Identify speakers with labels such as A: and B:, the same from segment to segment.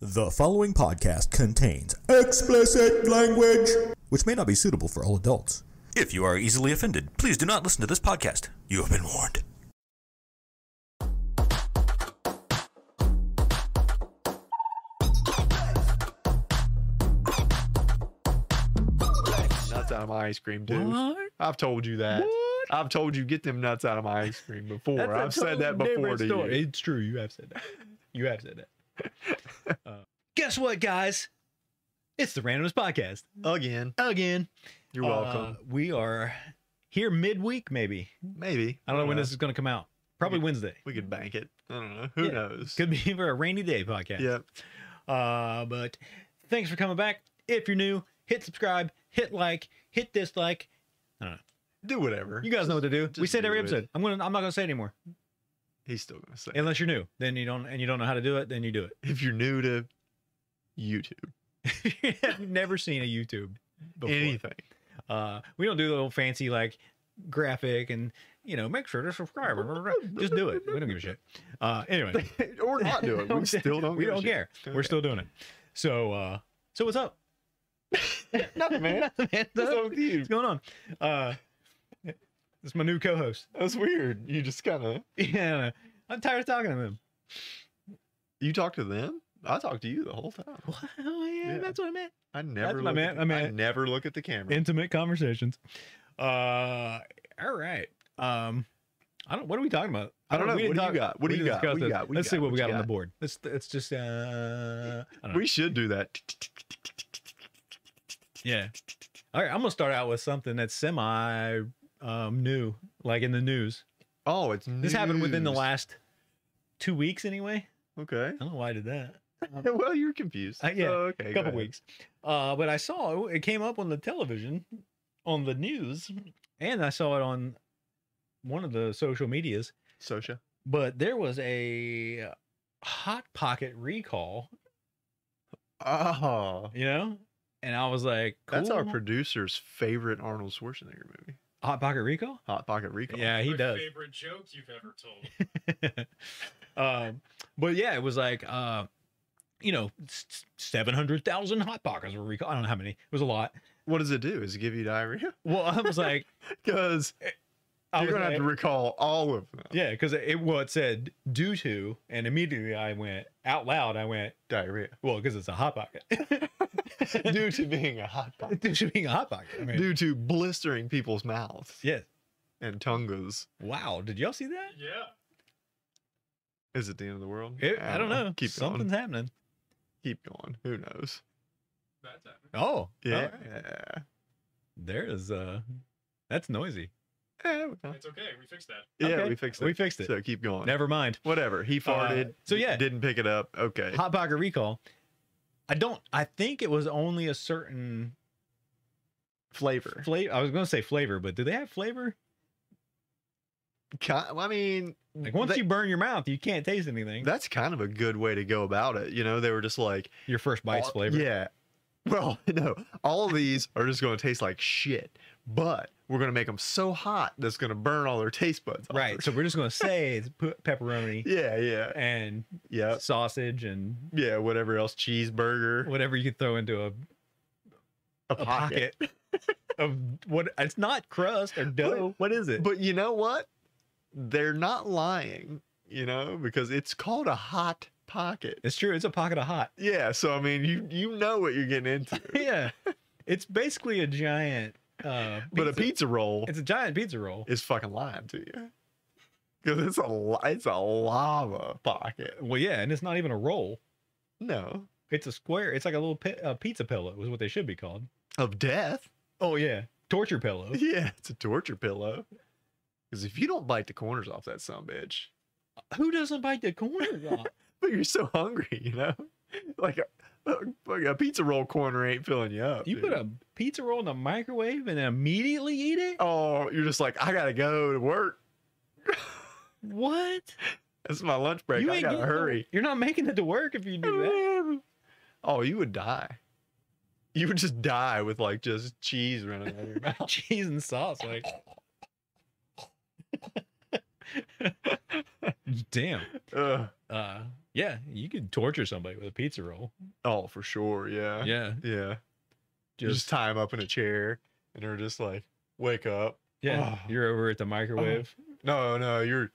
A: The following podcast contains explicit language, which may not be suitable for all adults. If you are easily offended, please do not listen to this podcast. You have been warned.
B: nuts out of my ice cream, dude. I've told you that. I've told you get them nuts out of my ice cream before.
C: That's a
B: I've said that
C: total
B: before
C: different
B: to
C: story.
B: you.
C: It's true. You have said that. You have said that. Uh, guess what, guys? It's the Randomness Podcast
B: Again,
C: again.
B: you're welcome.
C: Uh, we are here midweek, maybe.
B: Maybe
C: I don't know when this is going to come out. Probably Wednesday.
B: We could bank it. I don't know. Who
C: Yeah.
B: knows?
C: Could be for a rainy day podcast.
B: Yeah.
C: Uh, but thanks for coming back. If you're new, hit subscribe, hit like, hit dislike.
B: Do whatever.
C: You guys know what to do. we
B: just
C: say it every
B: do it.
C: episode. I'm gonna. I'm not gonna say it anymore.
B: He's still gonna say. it.
C: Unless you're new, then you don't, and you don't know how to do it, then you do
B: If you're new to YouTube,
C: it. I've never seen a YouTube before.
B: anything.
C: Uh, we don't do the little fancy like graphic and you know make sure to subscribe. blah, blah, blah. Just do it. We don't give a shit. Uh, anyway,
B: or not do it. We still don't.
C: We
B: give a
C: don't
B: shit.
C: care. We're still doing it. So, uh, so what's up?
B: nothing, man.
C: Nothing, man.
B: What's up with you?
C: What's going on? Uh, this is my new co-host.
B: That's weird. You just kind of
C: Yeah, I'm tired of talking to him.
B: you talk to them. I talk to you the whole time.
C: Oh yeah,
B: Yeah.
C: that's what I meant.
B: I never.
C: what I
B: look
C: meant,
B: At the,
C: I meant-
B: never look at the camera.
C: Intimate conversations. Uh, all right. Um, I don't. What are we talking about?
B: I don't know.
C: We didn't
B: What do you got? What
C: we
B: do you
C: didn't
B: got? What
C: discuss
B: do you
C: this.
B: got? What do you
C: Let's see
B: got?
C: what we
B: What you
C: got on the
B: got?
C: board. Let's. Let's just. Uh,
B: uh,
C: I don't know.
B: we should do that.
C: Yeah. All right, I'm gonna start out with something that's semi um, new, like in the news.
B: Oh, it's
C: This happened within the
B: news.
C: last two weeks, anyway.
B: Okay.
C: I don't know why I did that.
B: Well, you're confused.
C: Uh, yeah,
B: Oh, okay.
C: A
B: go
C: couple
B: ahead.
C: weeks, uh, but I saw it came up on the television, on the news, and I saw it on one of the social medias.
B: Sosha.
C: But there was a hot pocket recall,
B: Oh,
C: you know, and I was like, cool.
B: that's our producer's favorite Arnold Schwarzenegger movie,
C: hot pocket recall."
B: Hot Pocket Recall.
C: Yeah, he
D: my
C: does.
D: Favorite joke you've ever told.
C: um, but yeah, it was like, uh, you know, seven hundred thousand hot pockets were recalled. I don't know how many. It was a lot.
B: What does it do? Is it give you diarrhea?
C: Well, I was like,
B: Because
C: I
B: you're
C: was
B: gonna have
C: like-
B: to recall all of them.
C: yeah, because it well, it said due to, and immediately I went out loud. I went,
B: Diarrhea
C: well, because it's a hot pocket.
B: due to being a hot pocket,
C: due to being a hot pocket. I mean,
B: due to blistering people's mouths
C: yeah.
B: and tongues.
C: Wow. Did y'all see that?
D: Yeah.
B: Is it the end of the world?
C: It- I don't know.
B: Keep
C: Something's
B: going.
C: happening.
B: Keep going. Who knows?
D: That time.
C: Oh,
B: Yeah.
C: all right. There is. Uh, that's noisy.
B: Yeah, we-
D: It's okay. We fixed that.
B: yeah,
C: Okay,
B: we fixed it.
C: We fixed it.
B: So keep going.
C: Never mind.
B: Whatever. He farted.
C: Uh, so yeah.
B: didn't pick it up. Okay.
C: hot pocket recall. I don't. I think it was only a certain
B: Flavor.
C: flavor. I was going to say flavor, but do they have flavor?
B: Ki- I mean,
C: Like once
B: that-
C: you burn your mouth, you can't taste anything.
B: that's kind of a good way to go about it. You know, they were just like
C: your first bite's
B: all-
C: flavor.
B: Yeah. Well, no, all of these are just going to taste like shit, but we're going to make them so hot that's going to burn all their taste buds. off.
C: Right. So we're just going to say it's pe- pepperoni
B: Yeah, yeah,
C: and
B: yeah,
C: sausage and
B: yeah. Whatever else, cheeseburger,
C: whatever you throw into a,
B: a,
C: a
B: pocket.
C: pocket of what? It's not crust or dough. what is it?
B: But you know what? They're not lying. You know, because it's called a hot pocket.
C: it's true. It's a pocket of hot.
B: Yeah, so I mean, you you know what you're getting into.
C: yeah. It's basically a giant. Uh,
B: But a pizza roll
C: It's a giant pizza roll.
B: is fucking lying to you because it's a li- it's a lava pocket.
C: Well, yeah, and it's not even a roll.
B: No,
C: It's a square. It's like a little pi- a pizza pillow is what they should be called.
B: of death.
C: Oh yeah, torture pillow.
B: Yeah, it's a torture pillow. Because if you don't bite the corners off that son bitch,
C: Who doesn't bite the corners off?
B: but you're so hungry, you know, like a, like a pizza roll corner ain't filling you up.
C: You
B: dude.
C: put a pizza roll in the microwave and immediately eat it?
B: oh, you're just like I gotta go to work.
C: What?
B: It's my lunch break. I gotta
C: getting to-
B: hurry.
C: You're not making it to work if you do that.
B: Oh, you would die. You would just die with like just cheese running out of your mouth.
C: Cheese and sauce, like. Damn.
B: Ugh.
C: Uh, Yeah, you could torture somebody with a pizza roll.
B: Oh, for sure. Yeah.
C: Yeah,
B: Yeah. You
C: just,
B: just tie them up in a chair and they're just like, wake up.
C: yeah.
B: oh.
C: You're over at the microwave.
B: No, no, you're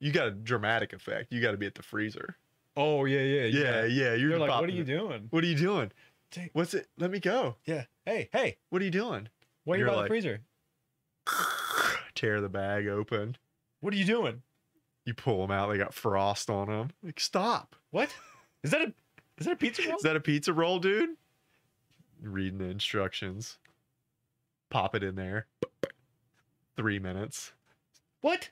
B: you got a dramatic effect. You got to be at the freezer.
C: Oh yeah, yeah,
B: Yeah, yeah. you're
C: They're like, what are
B: popping
C: you
B: it.
C: doing?
B: What are you doing?
C: Take-
B: What's it? Let me go.
C: Yeah. Hey, hey,
B: What are you doing?
C: why are you
B: You're
C: by the
B: like-
C: freezer?
B: Tear the bag open.
C: What are you doing?
B: You pull them out. They got frost on them. Like, stop.
C: What? Is that a is that a pizza roll?
B: Is that a pizza roll, dude? Reading the instructions. Pop it in there. Three minutes.
C: what?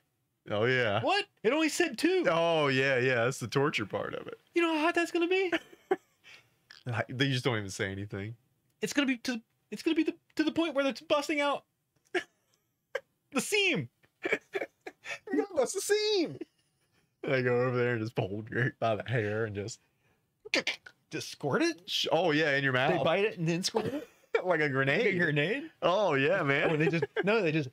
B: Oh yeah.
C: What? It only said two.
B: Oh yeah, yeah. That's the torture part of it.
C: You know how hot that's gonna be?
B: Like, They just don't even say anything.
C: It's gonna be to it's gonna be the, to the point where it's busting out the seam.
B: You got lost the seam. And I go over there and just hold her by the hair and just,
C: Just squirt it.
B: sh- oh yeah, in your
C: They
B: mouth
C: bite it and then squirt it.
B: like a
C: Like a
B: grenade.
C: grenade.
B: Oh yeah,
C: Or
B: man.
C: they just no, they just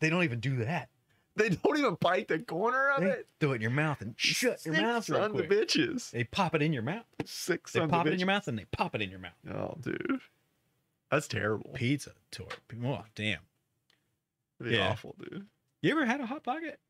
C: they don't even do that.
B: They don't even bite the corner of
C: They
B: it.
C: throw it in your mouth and shut your
B: Sick
C: mouth real
B: sons of
C: quick.
B: bitches.
C: They pop it in your mouth.
B: Six
C: They
B: sons of
C: pop it in your
B: bitches.
C: mouth and they pop it in your mouth.
B: Oh, dude, that's terrible.
C: Pizza tort. Oh damn.
B: That'd be
C: yeah.
B: awful, dude.
C: You ever had a hot pocket?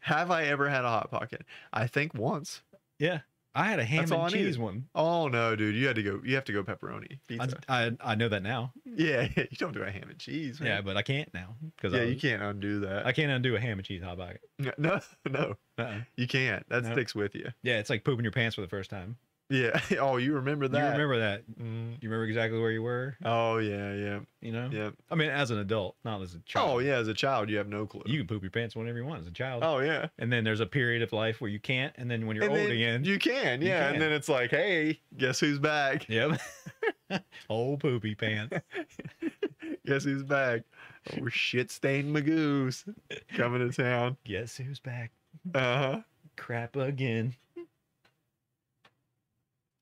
B: Have I ever had a hot pocket? I think once.
C: Yeah, I had a ham
B: That's all I
C: and
B: needed.
C: cheese one.
B: Oh no, dude, you had to go. You have to go pepperoni
C: I,
B: pizza.
C: I I know that now.
B: yeah, you don't do a ham and cheese.
C: Yeah,
B: Man.
C: but I can't now because
B: yeah,
C: I,
B: you
C: was-
B: can't undo that.
C: I can't undo a ham and cheese hot pocket.
B: No, no,
C: Uh-uh.
B: you can't. That
C: No.
B: sticks with you.
C: Yeah, it's like pooping your pants for the first time.
B: Yeah. Oh, you remember that?
C: You remember that?
B: Mm.
C: You remember exactly where you were?
B: Oh yeah, yeah,
C: You know?
B: yeah.
C: I mean, as an adult, not as a child.
B: Oh yeah. As a child, you have no clue.
C: You can poop your pants whenever you want as a child.
B: Oh yeah.
C: And then there's a period of life where you can't. And then when you're
B: And
C: old
B: then
C: again,
B: You can.
C: You
B: Yeah.
C: can.
B: And then it's like, hey, guess who's back?
C: yep. old poopy pants.
B: Guess who's back? Oh, shit stained Magoo's coming to town.
C: Guess who's back?
B: Uh huh.
C: Crap again.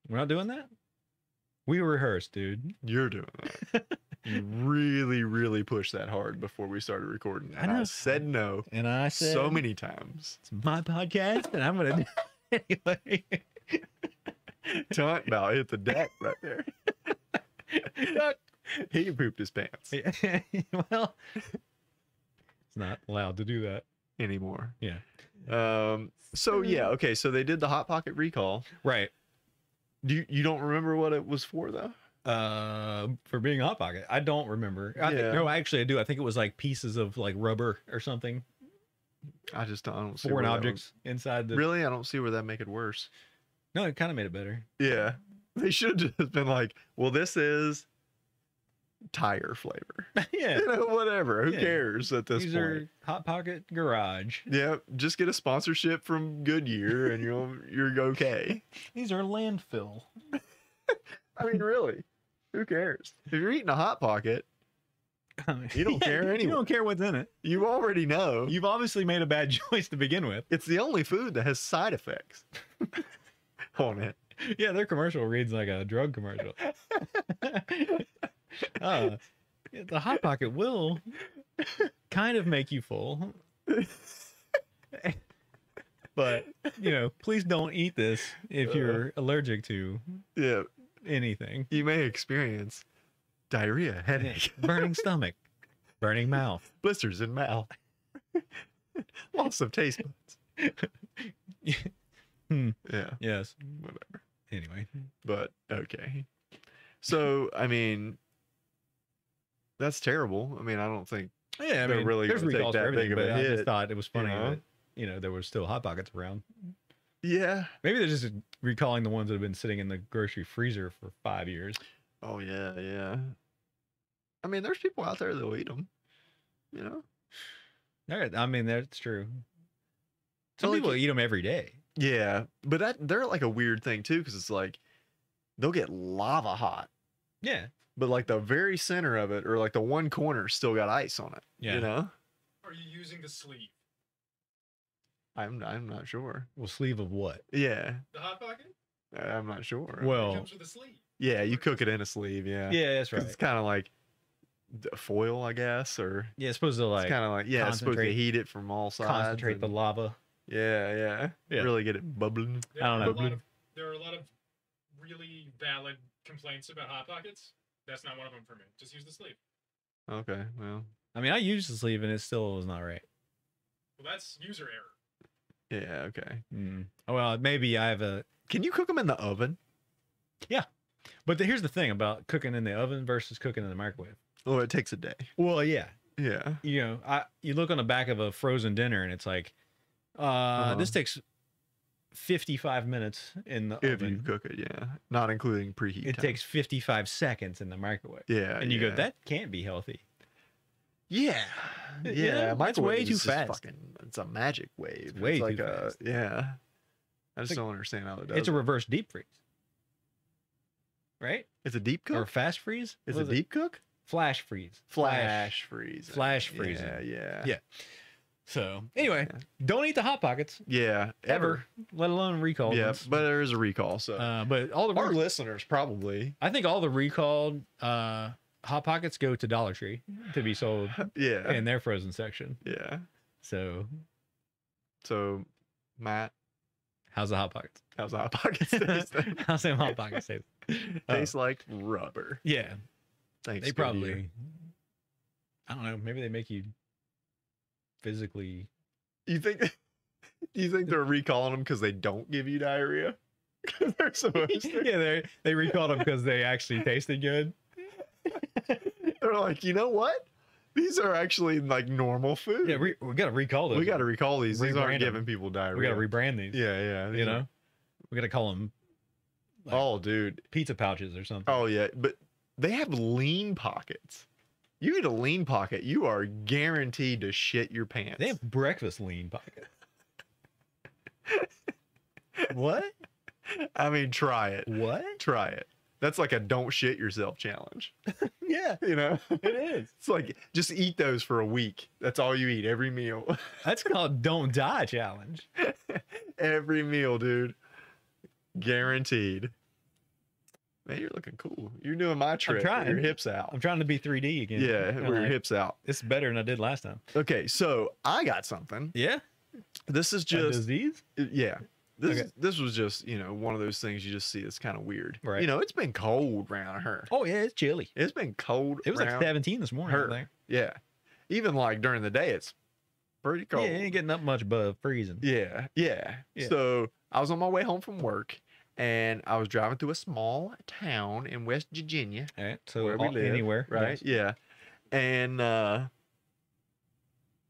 C: We're not doing that? We rehearsed, dude.
B: You're doing that. you really, really pushed that hard before we started recording.
C: I
B: And I,
C: know.
B: said no
C: And I said,
B: so many times.
C: It's my podcast, and I'm gonna do it anyway.
B: Talk about hit the deck right there. He pooped his pants
C: well, it's not allowed to do that.
B: anymore.
C: Yeah.
B: Um. So yeah. Okay. So they did the hot pocket recall.
C: Right.
B: Do you, you don't remember what it was for though?
C: Uh, for being hot pocket, I don't remember. I
B: Yeah.
C: think, no, actually, I do. I think it was like pieces of like rubber or something,
B: I just don't, I don't see
C: foreign
B: where that
C: objects inside the.
B: would- really, I don't see where that make it worse.
C: No, it kind of made it better.
B: Yeah. They should have just been like, well, this is tire flavor.
C: yeah.
B: You know, whatever. Who
C: Yeah.
B: cares at this
C: These
B: point?
C: are hot pocket garage.
B: Yeah, just get a sponsorship from Goodyear and you'll you're okay.
C: These are landfill.
B: I mean, really, who cares? If you're eating a hot pocket, You don't care
C: You
B: anyway.
C: don't care what's in it.
B: you already know
C: You've obviously made a bad choice to begin with.
B: it's the only food that has side effects on it.
C: Yeah, their commercial reads like a drug commercial. uh, the hot pocket will kind of make you full, but you know, please don't eat this if you're
B: Uh.
C: allergic to
B: Yeah,
C: anything.
B: you may experience diarrhea, headache,
C: Burning stomach, burning mouth.
B: blisters in mouth, loss of taste buds.
C: Hmm.
B: Yeah,
C: Yes.
B: whatever.
C: Anyway,
B: But okay. So I mean, that's terrible. I mean, I don't think
C: yeah, I
B: They're
C: mean,
B: really
C: there's
B: gonna take
C: recalls for
B: that
C: everything,
B: big of
C: but
B: a
C: I just
B: hit,
C: thought it was funny
B: know?
C: that you know there were still hot pockets around.
B: Yeah.
C: Maybe they're just recalling the ones that have been sitting in the grocery freezer for five years.
B: Oh yeah, yeah. I mean, there's people out there that'll eat them. You know.
C: All right, I mean that's true. Some
B: like
C: people
B: it-
C: eat them every day.
B: Yeah, but that they're like a weird thing too, because it's like they'll get lava hot,
C: Yeah,
B: but like the very center of it, or like the one corner, still got ice on it.
C: yeah.
B: You know.
D: Are you using the sleeve?
B: I'm I'm not sure.
C: Well, sleeve of what?
B: Yeah,
D: The hot pocket?
B: I'm not sure.
D: It
C: Well,
D: comes with a sleeve.
B: yeah, you cook it in a sleeve. Yeah.
C: yeah, that's
B: 'Cause
C: right.
B: It's kind of like d- foil, I guess, or
C: Yeah, it's supposed to
B: it's
C: like
B: kind of like yeah, it's supposed to
C: concentrate-
B: heat it from all sides.
C: concentrate the
B: and-
C: lava.
B: Yeah, yeah,
C: Yeah.
B: Really get it bubbling.
D: There
C: I don't
D: are
C: know.
D: a lot of- there are a lot of really valid complaints about hot pockets. That's not one of them for me. Just use the sleeve.
B: Okay, well,
C: I mean, I used the sleeve and it still was not right.
D: Well, that's user error.
B: yeah, okay.
C: Mm. Well, maybe I have a
B: Can you cook them in the oven?
C: But the, here's the thing about cooking in the oven versus cooking in the microwave.
B: Oh, it takes a day.
C: Well, yeah,
B: Yeah.
C: you know, I you look on the back of a frozen dinner and it's like, uh,
B: Uh-huh.
C: this takes fifty five minutes in the
B: If you
C: oven.
B: cook it, yeah. Not including preheat.
C: It
B: time.
C: takes fifty five seconds in the microwave,
B: Yeah.
C: and you
B: yeah.
C: go, that can't be healthy.
B: Yeah.
C: Yeah,
B: Yeah.
C: it's
B: microwave
C: way
B: is
C: too
B: just
C: fast.
B: Fucking, it's a magic wave. It's
C: way
B: like
C: too
B: a,
C: fast.
B: Yeah. I just
C: like-
B: don't understand how it does.
C: it's a
B: it.
C: reverse deep freeze, right?
B: it's a deep cook.
C: Or fast freeze?
B: it's
C: What
B: a
C: is it?
B: deep cook.
C: flash freeze.
B: Flash freeze.
C: Flash freezing.
B: Yeah. Yeah.
C: Yeah. So anyway,
B: Yeah.
C: don't eat the hot pockets
B: Yeah,
C: ever,
B: Ever.
C: let alone recall.
B: Yeah.
C: ones.
B: But there is a recall. So
C: uh, but all the
B: our listeners probably.
C: I think all the recalled uh, hot pockets go to Dollar Tree to be sold
B: Yeah.
C: in their frozen section.
B: yeah.
C: So
B: So Matt,
C: how's the hot pockets?
B: how's the hot pockets taste?
C: how's them hot pockets taste?
B: Tastes like rubber.
C: Yeah,
B: Thanks.
C: Uh, they
B: Goodyear.
C: probably. I don't know. Maybe they make you physically.
B: You think? Do you think they're recalling them because they don't give you diarrhea? 'Cause they're supposed to.
C: yeah, they they recalled them because they actually tasted good.
B: They're like, you know what? These are actually like normal food.
C: Yeah, re- we gotta recall them.
B: we got to recall these. These
C: Rebrand
B: aren't
C: 'em.
B: giving people diarrhea.
C: we gotta rebrand these.
B: yeah, yeah.
C: you
B: these are-
C: know, we gotta call them like-
B: oh, dude.
C: pizza pouches or something.
B: Oh, yeah. But they have lean pockets. You eat a lean pocket, you are guaranteed to shit your pants.
C: They have breakfast lean pocket. what?
B: I mean, try it.
C: What?
B: Try it. That's like a don't shit yourself challenge.
C: Yeah,
B: You know,
C: it is.
B: it's like just eat those for a week. That's all you eat every meal.
C: That's called don't die challenge.
B: every meal, dude. Guaranteed. Man, you're looking cool. You're doing my trick. with
C: trying.
B: Your hips out.
C: I'm trying to be 3D again.
B: yeah,
C: I'm
B: with your
C: like,
B: hips out.
C: It's better than I did last time.
B: Okay, so I got something.
C: Yeah.
B: This is
C: Just
B: just
C: disease.
B: yeah. This
C: Okay.
B: this was just you know one of those things you just see. It's kind of weird.
C: Right.
B: You know, it's been cold around here.
C: Oh yeah, it's chilly.
B: It's been cold.
C: It was like
B: around-
C: 17 this morning.
B: Her.
C: I think.
B: Yeah. Even like during the day, it's pretty
C: Yeah,
B: cold.
C: it ain't getting up much above freezing.
B: Yeah, yeah.
C: Yeah.
B: So I was on my way home from work and I was driving through a small town in West Virginia,
C: All right. So
B: Where we
C: all-
B: live,
C: anywhere,
B: right?
C: yes.
B: Yeah. And uh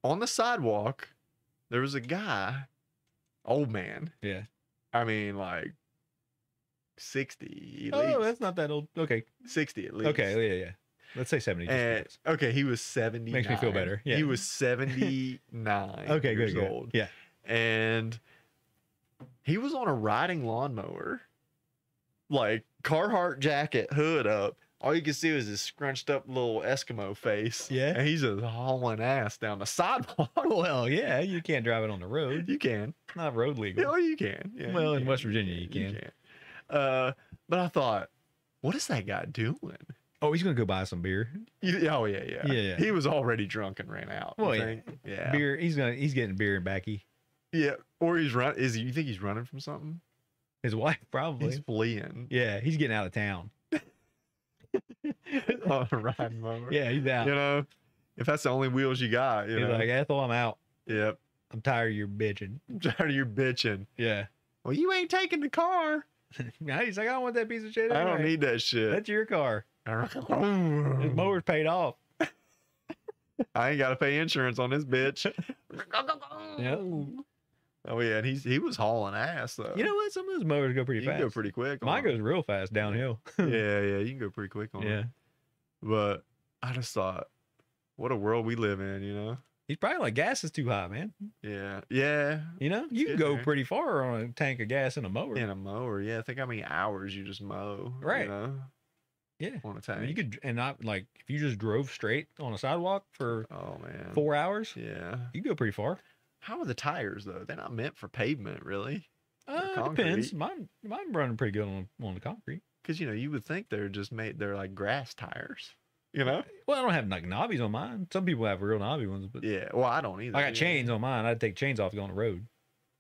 B: on the sidewalk, there was a guy, old man.
C: Yeah.
B: I mean like 60 at
C: Oh,
B: least.
C: that's not that old. Okay.
B: 60 at least.
C: Okay. Yeah, yeah. Let's say 70. just
B: And,
C: because.
B: okay, he was 70.
C: Makes me feel better, yeah.
B: He was 79
C: Okay.
B: years
C: Good. good.
B: old
C: Yeah.
B: and he was on a riding lawnmower, like Carhartt jacket, hood up. All you could see was his scrunched up little Eskimo face.
C: Yeah.
B: and he's just hauling ass down the sidewalk.
C: Well, yeah. You can't drive it on the road.
B: you can,
C: It's not road legal.
B: yeah, well, you can. Yeah, you
C: Well, in
B: can,
C: West Virginia, you can.
B: Uh, but I thought, what is that guy doing?
C: Oh, he's gonna go buy some beer.
B: You- oh yeah, yeah,
C: Yeah, yeah.
B: He was already drunk and ran out. you
C: Well, yeah.
B: think? yeah,
C: Beer. He's gonna. He's getting beer and backy.
B: yeah. Or he's run. Is he, you think he's running from something?
C: His wife probably.
B: He's fleeing.
C: yeah, he's getting out of town.
B: on a riding mower.
C: Yeah, he's out.
B: You know, if that's the only wheels you got, you
C: he's
B: know.
C: like, Ethel, I'm out.
B: yep.
C: I'm tired of your bitching.
B: I'm tired of your bitching.
C: Yeah.
B: Well, you ain't taking the car.
C: Now he's like, I don't want that piece of shit.
B: I don't
C: anyway.
B: need that shit.
C: That's your car. His
B: Mm.
C: mower's paid off.
B: I ain't got to pay insurance on this bitch.
C: Yeah.
B: Oh yeah, and he's he was hauling ass though.
C: Mm. You know what? Some of those mowers go
B: you
C: pretty
B: can
C: fast.
B: go pretty quick. on
C: Mine
B: 'em.
C: goes real fast downhill.
B: yeah, yeah, you can go pretty quick on. 'em.
C: yeah.
B: But I just thought, what a world we live in, you know?
C: He's probably like gas is too high, man.
B: Yeah, yeah.
C: You know, you
B: getting
C: can go
B: there.
C: pretty far on a tank of gas in a mower.
B: In a mower, yeah. Think how many hours you just mow,
C: Right.
B: You know,
C: Yeah.
B: on a
C: I mean,
B: tank.
C: you could and not like if you just drove straight on a sidewalk for
B: Oh man.
C: four hours,
B: Yeah.
C: you go pretty far.
B: How are the tires though? They're not meant for pavement, really. Or
C: Uh, depends.
B: concrete.
C: Mine, mine running pretty good on on the concrete.
B: Because you know, you would think they're just made. They're like grass tires. You know.
C: Well, I don't have like knobbies on mine. Some people have real knobby ones, but
B: Yeah. Well, I don't either.
C: I
B: yeah.
C: got chains on mine. I'd take chains off to go on the road.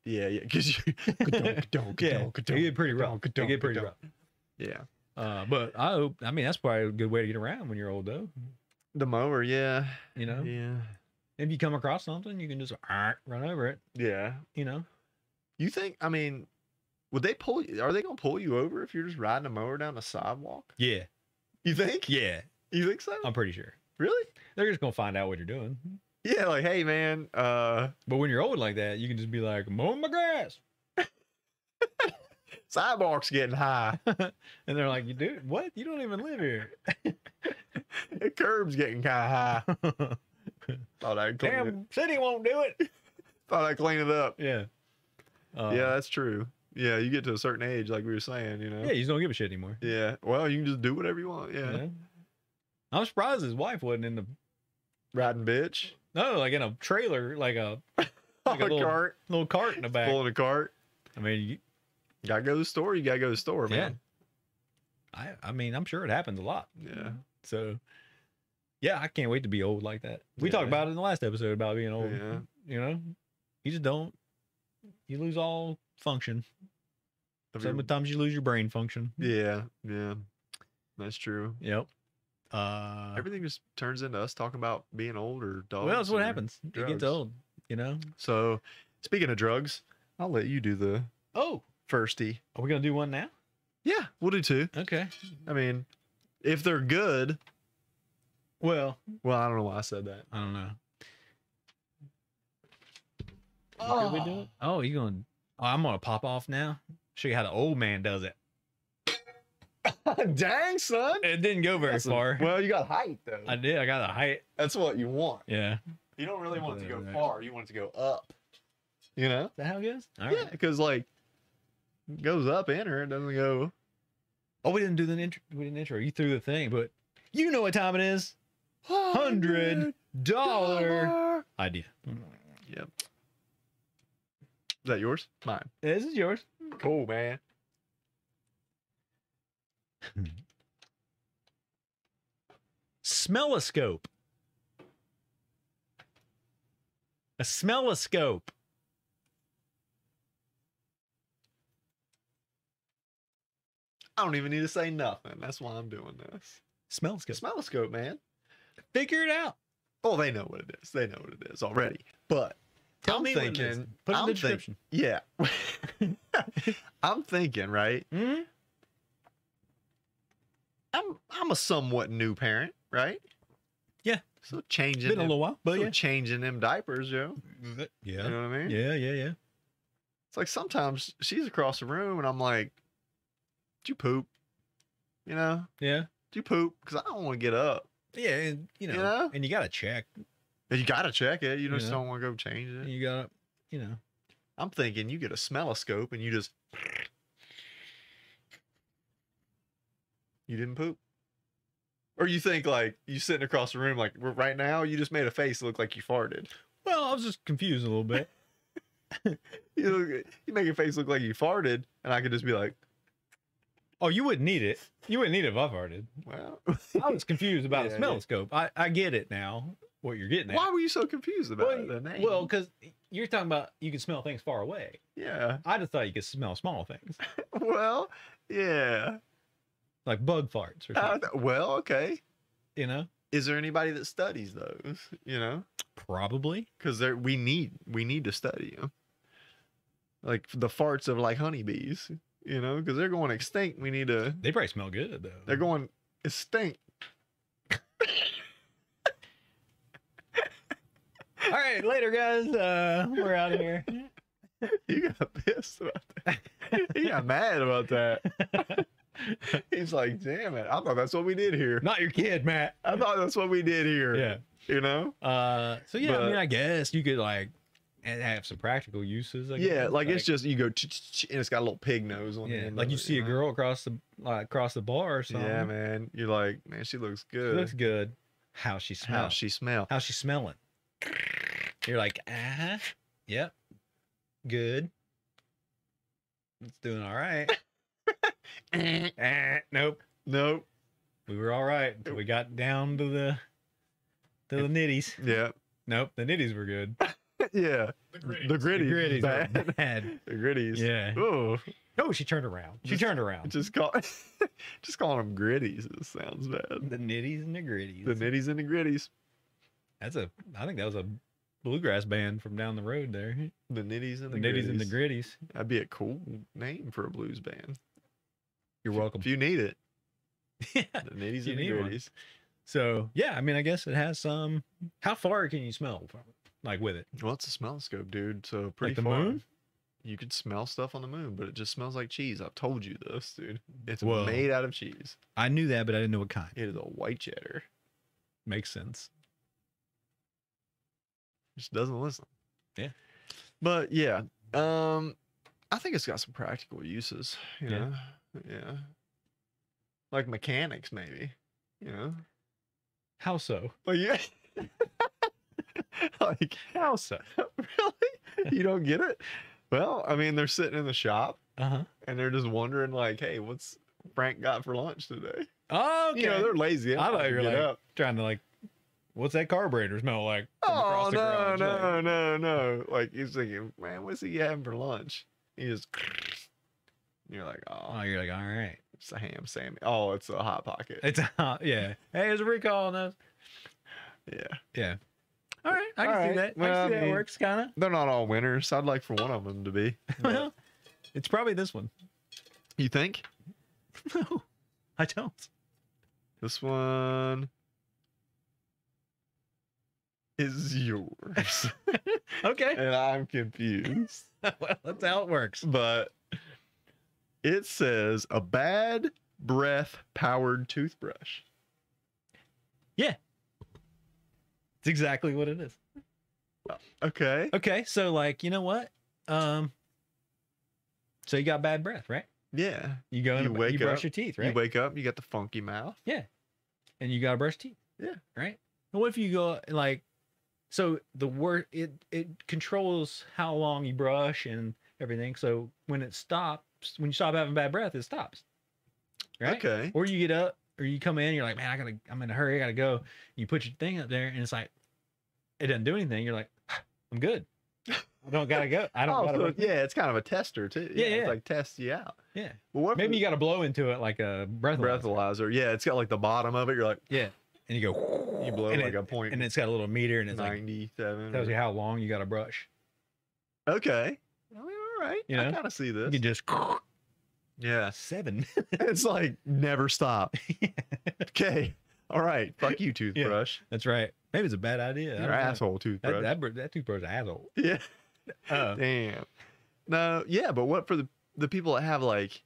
B: Yeah, yeah, because you. ka-dunk,
C: yeah,
B: ka-dunk,
C: they get
B: ka-dunk,
C: pretty rough.
B: ka-dunk,
C: They get pretty
B: ka-dunk.
C: rough.
B: Yeah,
C: Uh, but I hope. I mean, that's probably a good way to get around when you're old, though.
B: the mower. Yeah,
C: You know,
B: yeah,
C: if you come across something, you can just "Arr," run over it.
B: yeah.
C: You know,
B: You think? I mean, would they pull? you- Are they gonna pull you over if you're just riding a mower down the sidewalk?
C: yeah,
B: You think?
C: yeah. Um,
B: You think so?
C: I'm pretty sure
B: really?
C: they're just gonna find out what you're doing.
B: Yeah. Like, hey, man. Uh,
C: But when you're old like that, you can just be like, "Mow my grass,"
B: sidewalk's getting high.
C: and they're like, "You dude, what? You don't even live here."
B: the curb's getting kind of high. Thought I'd clean it.
C: Damn, city won't do it.
B: Thought I'd clean it up.
C: Yeah. Uh,
B: yeah, that's true. Yeah, you get to a certain age, like we were saying, you know.
C: Yeah,
B: Yeah.
C: you just don't give a shit anymore.
B: Well, you can just do whatever you want. Yeah.
C: you know? I'm surprised his wife wasn't in the
B: Riding bitch.
C: no, like in a trailer, like a
B: On
C: Like a
B: a
C: little
B: cart.
C: little cart in the back.
B: Pulling a cart.
C: I mean, you,
B: Gotta go to the store. You gotta go to the store,
C: Yeah.
B: man.
C: I I mean, I'm sure it happens a lot.
B: Yeah.
C: So, yeah, I can't wait to be old like that. We
B: Yeah.
C: talked about it in the last episode about being old.
B: Yeah.
C: You know, you just don't. You lose all function.
B: Have you-
C: Sometimes you lose your brain function.
B: Yeah. Yeah. That's true.
C: Yep. Uh,
B: Everything just turns into us talking about being old or dogs.
C: well, that's what
B: or-
C: happens. It
B: drugs.
C: gets old. You know.
B: So, speaking of drugs, I'll let you do the
C: Oh,
B: firsty.
C: are we gonna do one now?
B: Yeah, we'll do two.
C: Okay.
B: I mean, if they're good,
C: Well,
B: well, I don't know why I said that.
C: I don't know. Oh, you gonna? Oh, I'm gonna pop off now. Show you how the old man does it.
B: Oh, Dang, son.
C: It didn't go very
B: That's a-
C: far.
B: well, you got height though.
C: I did. I got a height.
B: That's what you want.
C: Yeah.
B: You don't really want it to go
C: Right.
B: far. You want it to go up. You know?
C: that how it goes? All
B: yeah, because like it goes up in her, it doesn't go.
C: Oh, we didn't do the intro. We didn't intro. You threw the thing, but you know what time it is? Hundred dollar
B: dollar.
C: idea.
B: Yep. Is that yours? Mine.
C: This is yours.
B: Cool, man.
C: Smelloscope. A smelloscope.
B: I don't even need to say nothing. That's why I'm doing this.
C: Smelloscope.
B: Smelloscope, man.
C: Figure it out.
B: Oh, they know what it is. They know what it is already. But
C: Tell
B: I'm
C: me what it is.
B: thinking.
C: Put it in
B: I'm
C: the
B: think-
C: description.
B: yeah, I'm thinking. Right.
C: hmm
B: I'm I'm a somewhat new parent, right?
C: Yeah.
B: So changing
C: Been a
B: them,
C: little while, but
B: so
C: yeah.
B: changing them diapers, yo. You
C: Yeah.
B: know what I mean?
C: Yeah. Yeah. Yeah.
B: It's like sometimes she's across the room and I'm like, "Do you poop?" You know,
C: Yeah.
B: "Do you poop?" Because I don't want to get up.
C: Yeah, and you know,
B: know?
C: and you gotta check.
B: And you gotta check it. You just
C: Yeah.
B: don't want to go change
C: and
B: it.
C: You gotta, you know,
B: I'm thinking you get a smelloscope and you just you didn't poop. Or you think like you sitting across the room like "Well, right now you just made a face look like you farted.
C: well, I was just confused a little bit.
B: you look, you make your face look like you farted, and I could just be like,
C: oh, you wouldn't need it. You wouldn't need it if I farted.
B: "Well,
C: I was confused about
B: Yeah,
C: the
B: yeah.
C: smelloscope. I I get it now. What you're getting at?
B: why were you so confused about
C: Well,
B: it?" the name?
C: Well, because you're talking about you can smell things far away.
B: yeah,
C: I just thought you could smell small things
B: well, yeah,
C: like bug farts or
B: I
C: something.
B: th- well, okay.
C: you know,
B: Is there anybody that studies those? You know,
C: probably.
B: because there we need we need to study them, like the farts of like honeybees. You know, because they're going extinct. We need to.
C: They probably smell good though.
B: They're going extinct.
C: All right, later, guys. Uh, we're out of here.
B: You got pissed about that. he got mad about that. He's like, damn it. I thought that's what we did here.
C: Not your kid, Matt.
B: I thought that's what we did here.
C: Yeah.
B: You know?
C: Uh, so yeah, I mean,
B: But-
C: I guess you could like and have some practical uses. I
B: yeah.
C: guess.
B: Like, it's just, you go, ch- ch- ch- and it's got a little pig nose on the
C: yeah,
B: end
C: like
B: of
C: you
B: it,
C: see a
B: know?
C: girl across the like across the bar or something.
B: Yeah, man. You're like, man, she looks
C: She
B: good.
C: looks good. How she
B: How
C: smells?
B: she smell?
C: How's she smelling? You're like, uh huh, yep, good. It's doing all right. Eh, nope,
B: nope.
C: we were all right until we got down to the to the nitties.
B: Yeah.
C: Nope, the nitties were good.
B: yeah,
D: The gritty.
B: the gritty,
C: Gritty's
B: bad.
C: bad.
B: the gritties.
C: Yeah.
B: Ooh,
C: No, she turned around. She
B: Just-
C: turned around.
B: just call, just calling them gritties. It sounds bad.
C: the nitties and the gritties.
B: The nitties and the gritties.
C: That's a. I think that was a bluegrass band from down the road there.
B: The nitties and
C: The
B: the,
C: nitties and the gritties.
B: That'd be a cool name for a blues band.
C: You're welcome.
B: If you need it,
C: Yeah.
B: the nitties
C: you
B: and the
C: need one.
B: gritties.
C: So yeah, I mean, I guess it has some. How far can you smell from it? Like with it?
B: Well, it's a smell scope, dude. So pretty
C: the
B: far.
C: moon?
B: You could smell stuff on the moon, but it just smells like cheese. I've told you this, dude. It's
C: Whoa.
B: made out of cheese.
C: I knew that, but I didn't know what kind.
B: It is a white cheddar.
C: Makes sense.
B: Just doesn't listen.
C: Yeah.
B: But yeah, um, I think it's got some practical uses. You
C: Yeah.
B: know? Yeah. Like mechanics, maybe. You know.
C: How so?
B: Like yeah. like
C: How so?
B: really? You don't get it? Well, I mean, they're sitting in the shop
C: Uh huh.
B: and they're just wondering, like, hey, what's Frank got for lunch today?
C: Oh, okay.
B: You know, they're lazy.
C: I thought you were
B: Get
C: like,
B: up.
C: trying to like, what's that carburetor smell like? from
B: oh
C: across the
B: no,
C: garage?" Like,
B: no, no, no! Like he's thinking, man, what's he having for lunch? He just, and you're like, oh,
C: Oh, you're like, all right.
B: it's a ham sammy. Oh, it's a hot pocket.
C: It's a, yeah. Hey, there's a recall on those.
B: yeah,
C: Yeah. All right, I
B: All
C: can
B: right,
C: see that. I
B: well,
C: can see
B: I
C: that
B: mean-
C: works, kind of.
B: they're not all winners. I'd like for one of them to be.
C: Well,
B: but-
C: it's probably this one.
B: you think
C: no, I don't.
B: this one is yours?
C: Okay.
B: and I'm confused.
C: well, that's how it works.
B: but it says a bad breath powered toothbrush.
C: It's exactly what it is.
B: Okay.
C: Okay, so like, you know what? Um so you got bad breath, right?
B: Yeah.
C: You go in
B: You
C: and
B: wake
C: you brush
B: up,
C: your teeth, right?
B: You wake up, you got the funky mouth.
C: and you gotta brush teeth.
B: Yeah.
C: Right? And what if you go like so the word it it controls how long you brush and everything. So when it stops, when you stop having bad breath, it stops. Right?
B: Okay.
C: Or you get up or you come in, you're like, Man, I gotta I'm in a hurry, I gotta go. You put your thing up there and it's like it doesn't do anything. You're like, I'm good. I don't gotta go. I don't
B: Oh,
C: gotta
B: so
C: brush-
B: yeah, it's kind of a tester too.
C: Yeah, yeah.
B: It's like tests you out.
C: Yeah.
B: But what
C: Maybe you got to blow into it like a breath.
B: breathalyzer. Yeah, it's got like the bottom of it. You're like
C: Yeah. And you go.
B: you blow
C: and
B: like
C: it,
B: a point
C: And it's got a little meter and it's like
B: ninety seven.
C: tells you how long you got to brush.
B: okay. I mean, all right.
C: You
B: I
C: know?
B: kind of see
C: You
B: this.
C: can just
B: yeah.
C: seven.
B: It's like never stop. okay. All right. Fuck you, toothbrush.
C: That's right. Maybe it's a bad idea. I
B: You're
C: don't
B: an
C: know.
B: asshole
C: That,
B: toothbrush.
C: that, br- that toothbrush is an asshole.
B: yeah.
C: Uh,
B: Damn. No, yeah, but what for the the people that have like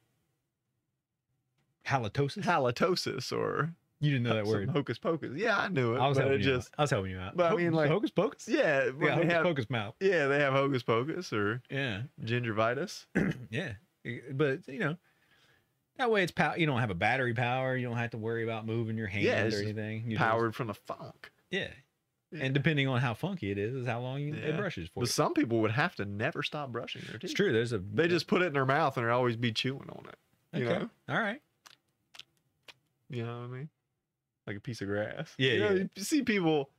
C: halitosis.
B: halitosis or
C: you didn't know that
B: some
C: word.
B: hocus pocus? Yeah, I knew it,
C: I was
B: but
C: helping
B: it
C: you
B: just
C: out. I was helping you out.
B: but I
C: Hocus-
B: mean, like-
C: hocus pocus.
B: yeah, when
C: Yeah,
B: they
C: hocus
B: have
C: pocus mouth.
B: yeah they have hocus pocus or
C: Yeah,
B: gingivitis.
C: yeah. But you know, that way it's pow- You don't have a battery power. You don't have to worry about moving your hand
B: Yeah, it's
C: or
B: just
C: anything. You just-
B: powered from the funk.
C: Yeah.
B: Yeah.
C: And depending on how funky it is, is how long you,
B: Yeah.
C: it brushes for.
B: But some people would have to never stop brushing their
C: you. It's
B: teeth.
C: true. There's a
B: They just put it in their mouth and they always be chewing on it.
C: okay.
B: You know,
C: All right.
B: you know what I mean? Like a piece of grass.
C: Yeah,
B: you, know,
C: yeah.
B: you see people.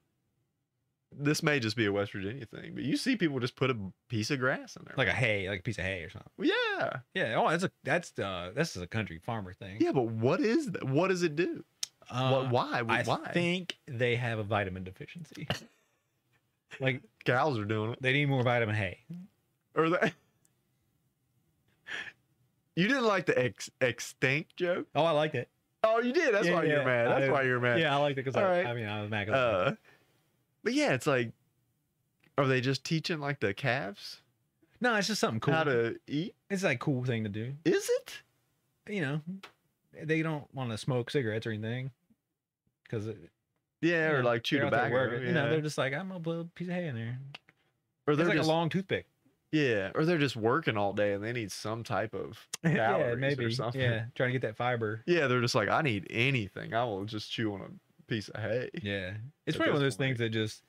B: This may just be a West Virginia thing, but you see people just put a piece of grass in there.
C: Like a hay, like a piece of hay or something.
B: yeah,
C: Yeah. Oh, that's a that's uh this is a country farmer thing.
B: Yeah, but what is that? What does it do?
C: Uh,
B: what? Why?
C: I
B: why?
C: think they have a vitamin deficiency. like
B: cows are doing it.
C: they need more vitamin hay.
B: Or that. You didn't like the ex- extinct joke?
C: Oh, I like that.
B: Oh, you did. That's
C: Yeah,
B: why you're
C: yeah,
B: mad.
C: I
B: That's
C: do.
B: why you're mad.
C: Yeah, I like that because
B: All
C: I,
B: right.
C: I mean I was mad 'cause I was
B: Uh, but yeah, it's like, are they just teaching like the calves
C: like- no, it's just something cool.
B: how to eat?
C: it's like a cool thing to do.
B: Is it?
C: You know, they don't want to smoke cigarettes or anything because
B: Yeah,
C: Yeah,
B: or like chew
C: they're out there
B: tobacco.
C: working,
B: Yeah.
C: You know, they're just like, I'm gonna put a piece of hay in there.
B: or
C: It's
B: they're
C: like
B: just
C: a long toothpick.
B: yeah, or they're just working all day and they need some type of calories
C: yeah, maybe.
B: or something.
C: Yeah, trying to get that fiber.
B: yeah, they're just like, I need anything. I will just chew on a piece of hay.
C: Yeah,
B: At
C: it's probably one of
B: this
C: those things that just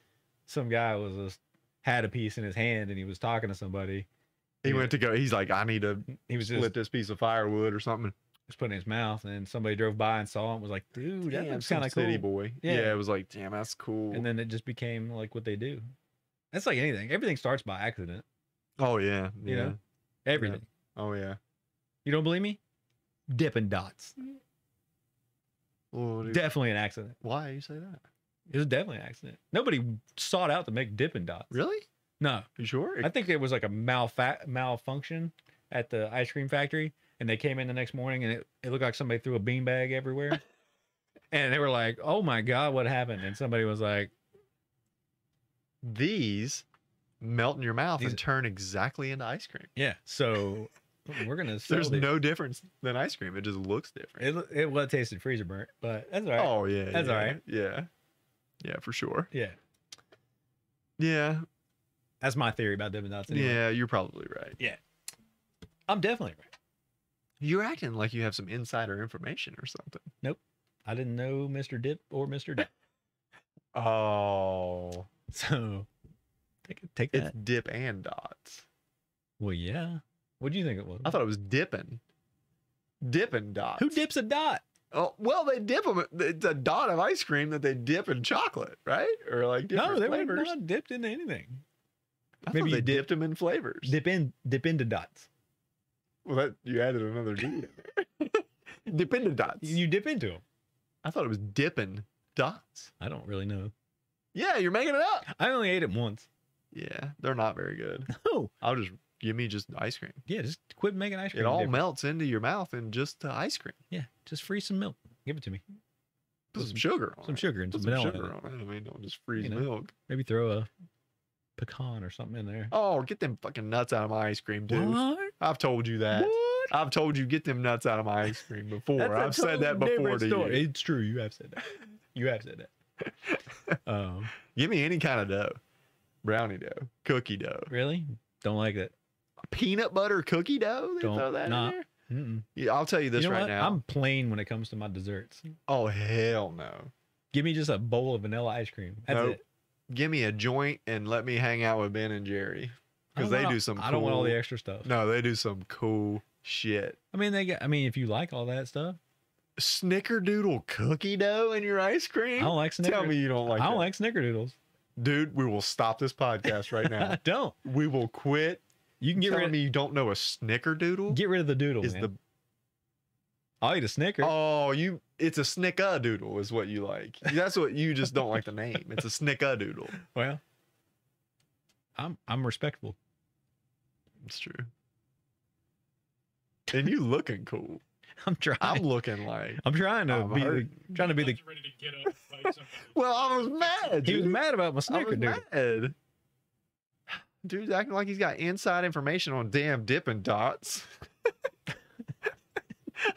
C: some guy was just had a piece in his hand and he was talking to somebody.
B: He
C: Yeah.
B: went to go. He's like, I need to
C: He was just,
B: split this piece of firewood or something.
C: just putting it in his mouth, and then somebody drove by and saw it and was like, "Dude, that
B: Damn,
C: looks
B: some
C: kind of
B: city
C: cool."
B: boy.
C: Yeah.
B: Yeah. it was like, damn, that's cool.
C: And then it just became like what they do. That's like anything. Everything starts by accident.
B: Oh yeah, yeah.
C: You know? Everything.
B: Oh yeah.
C: You don't believe me? Dipping dots.
B: Well, dude,
C: Definitely an accident.
B: why you say that?
C: It was definitely an accident. Nobody sought out to make dipping dots.
B: Really?
C: No.
B: You sure?
C: I think there was like a malfa- malfunction at the ice cream factory, and they came in the next morning, and it, it looked like somebody threw a beanbag everywhere. and they were like, "Oh my god, what happened?" And somebody was like,
B: These melt in your mouth
C: These-
B: and turn exactly into ice cream.
C: "Yeah, so we're gonna." sell
B: There's
C: these."
B: no difference than ice cream. It just looks different.
C: It, lo- it well it tasted freezer burnt, but that's all right.
B: Oh yeah.
C: That's
B: yeah,
C: alright.
B: Yeah. Yeah, for sure.
C: Yeah,
B: Yeah.
C: that's my theory about Dippin' Dots. Anyway.
B: Yeah, you're probably right.
C: I'm definitely right.
B: You're acting like you have some insider information or something.
C: I didn't know Mr. Dip or Mr. Dip,
B: Oh.
C: so take take that.
B: It's dip and dots.
C: well, yeah. What do you think it was?
B: I thought it was dipping. Dipping dots.
C: Mm. Who dips a dot?
B: Oh, well, they dip them. It's a dot of ice cream that they dip in chocolate, right? Or like different
C: No, they were
B: flavors.
C: not dipped into anything.
B: I
C: Maybe
B: thought
C: you
B: they
C: dip-
B: dipped them in flavors.
C: Dip in, dip into dots.
B: Well, that, you added another D in there. dip into dots.
C: You dip into them.
B: I thought it was dipping dots.
C: I don't really know.
B: Yeah, you're making it up.
C: I only ate it once.
B: Yeah, they're not very good.
C: Oh,
B: I'll just give me just ice cream.
C: yeah. Just quit making ice cream.
B: It all
C: different.
B: melts into your mouth and just the ice cream.
C: yeah. Just freeze some milk. Give it to me.
B: Put
C: Put
B: some
C: some-
B: sugar on
C: Some
B: it.
C: sugar and
B: Put
C: some
B: some
C: vanilla. in
B: sugar
C: it.
B: on it. I mean, don't just freeze
C: know.
B: milk.
C: Maybe throw a pecan or something in there.
B: Oh, get them fucking nuts out of my ice cream, dude.
C: What?
B: I've told you that.
C: What?
B: I've told you get them nuts out of my ice cream before.
C: That's a
B: I've said
C: totally
B: that before
C: different
B: to
C: story.
B: you.
C: It's true. You have said that. You have said that. um,
B: Give me any kind of dough, brownie dough, cookie dough,
C: really? Don't like that.
B: peanut butter cookie dough. They
C: Don't-
B: throw that
C: nah.
B: in there.
C: Mm-mm.
B: Yeah, I'll tell you this
C: you know
B: right
C: what?
B: now.
C: I'm plain when it comes to my desserts.
B: Oh hell no!
C: Give me just a bowl of vanilla ice cream. That's
B: Nope.
C: it.
B: Give me a joint and let me hang out with Ben and Jerry
C: I
B: because
C: don't
B: they
C: want
B: do
C: all-
B: some.
C: I don't want all the
B: cool-
C: extra stuff.
B: No, they do some cool shit.
C: I mean, they got. I mean, if you like all that stuff,
B: Snickerdoodle cookie dough in your ice
C: I
B: cream.
C: don't like snickerdoodles.
B: Tell me you don't like.
C: I don't
B: that.
C: like snickerdoodles.
B: dude. We will stop this podcast right now.
C: I don't.
B: we will quit
C: You can get
B: telling
C: rid.
B: me you don't know a snickerdoodle
C: Of, get rid of the doodle.
B: is
C: man.
B: the
C: I'll eat a snicker.
B: oh you it's a snickerdoodle is what you like that's what you just don't like the name it's a snickerdoodle
C: Well, I'm I'm respectful.
B: it's true and you looking cool
C: I'm trying.
B: i'm
C: I'm,
B: looking like
C: trying to
B: I'm
C: be the,
B: hurting.
C: trying to be the.
D: Like, ready to get up. and bite somebody.
B: well i was mad
C: He was
B: dude.
C: mad about
B: I
C: my
B: was
C: snickerdoodle.
B: mad. dude's acting like he's got inside information on damn dipping dots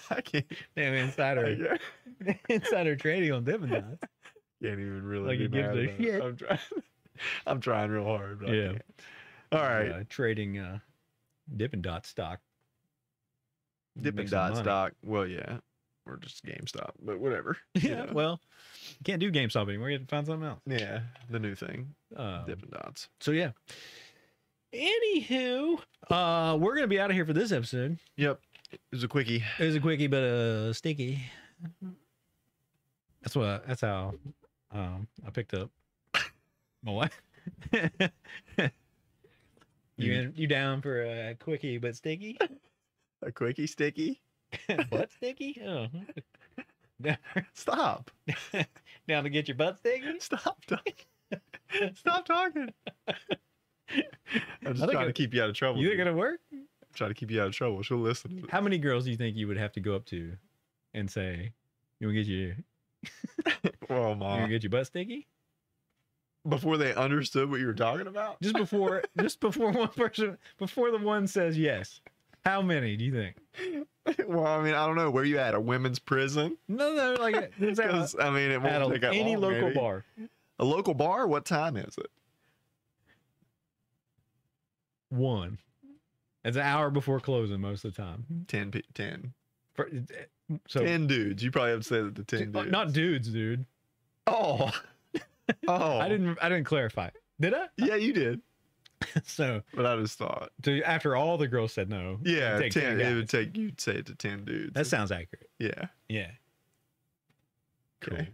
B: i can't
C: Damn insider.
B: I
C: insider trading on Dippin' Dots.
B: Can't even really
C: Like,
B: be
C: it gives
B: mad
C: a
B: about it.
C: shit.
B: I'm trying. I'm trying real hard. But
C: Yeah.
B: yeah. All right.
C: Uh, trading uh, Dippin' Dot stock.
B: Dipping
C: Make some
B: dot
C: money.
B: stock. Well, yeah. Or just GameStop, but whatever. you
C: Yeah,
B: know.
C: well, you can't do GameStop anymore. You have to find something else.
B: yeah. The new thing.
C: Um,
B: Dipping dots.
C: so yeah. Anywho, uh, we're gonna be out of here for this episode.
B: Yep. It was a quickie.
C: It was a quickie but a sticky. That's what. That's how um, I picked up my wife. you in, you down for a quickie but sticky?
B: A quickie sticky.
C: butt sticky? Oh.
B: Stop.
C: down to get your butt sticky?
B: Stop talking. Stop talking. I'm just
C: think
B: trying
C: I-
B: to keep you out of trouble.
C: You think
B: dude.
C: it'll work?
B: I'm trying to keep you out of trouble. She'll listen. to
C: How many girls do you think you would have to go up to and say, "You want to get your, you
B: this. Oh
C: want to
B: my.
C: get your butt sticky?"
B: Before they understood what you were talking about.
C: Just before, just before one person, before the one says yes. How many do you think?
B: well, I mean, I don't know. Where you at? A women's prison?
C: No, no, like there's at, a-
B: 'Cause, I mean, it won't
C: at a-
B: take that
C: any
B: long,
C: local
B: maybe.
C: bar.
B: A local bar? What time is it?
C: One. It's an hour before closing most of the time.
B: 10, pe- 10.
C: For- so uh,
B: 10 dudes. You probably have to say that the 10 dudes.
C: not dudes, dude.
B: Oh. oh.
C: I didn't. I didn't clarify. Did I?
B: Yeah, you did.
C: so
B: But I just thought.
C: So after all the girls said no,
B: Yeah,
C: take
B: 10.
C: 10
B: it would
C: guys.
B: take, you'd say it to 10 dudes.
C: that sounds accurate.
B: Yeah.
C: Yeah. Cool.
B: Okay.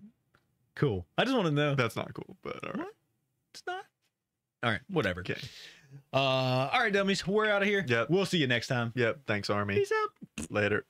C: Cool. I just want to know.
B: That's not cool, but all right.
C: What? It's not. All right, whatever.
B: Okay.
C: Uh, all right, dummies, we're out of here.
B: Yep.
C: We'll see you next time.
B: Yep. Thanks, Army.
C: Peace out.
B: Later.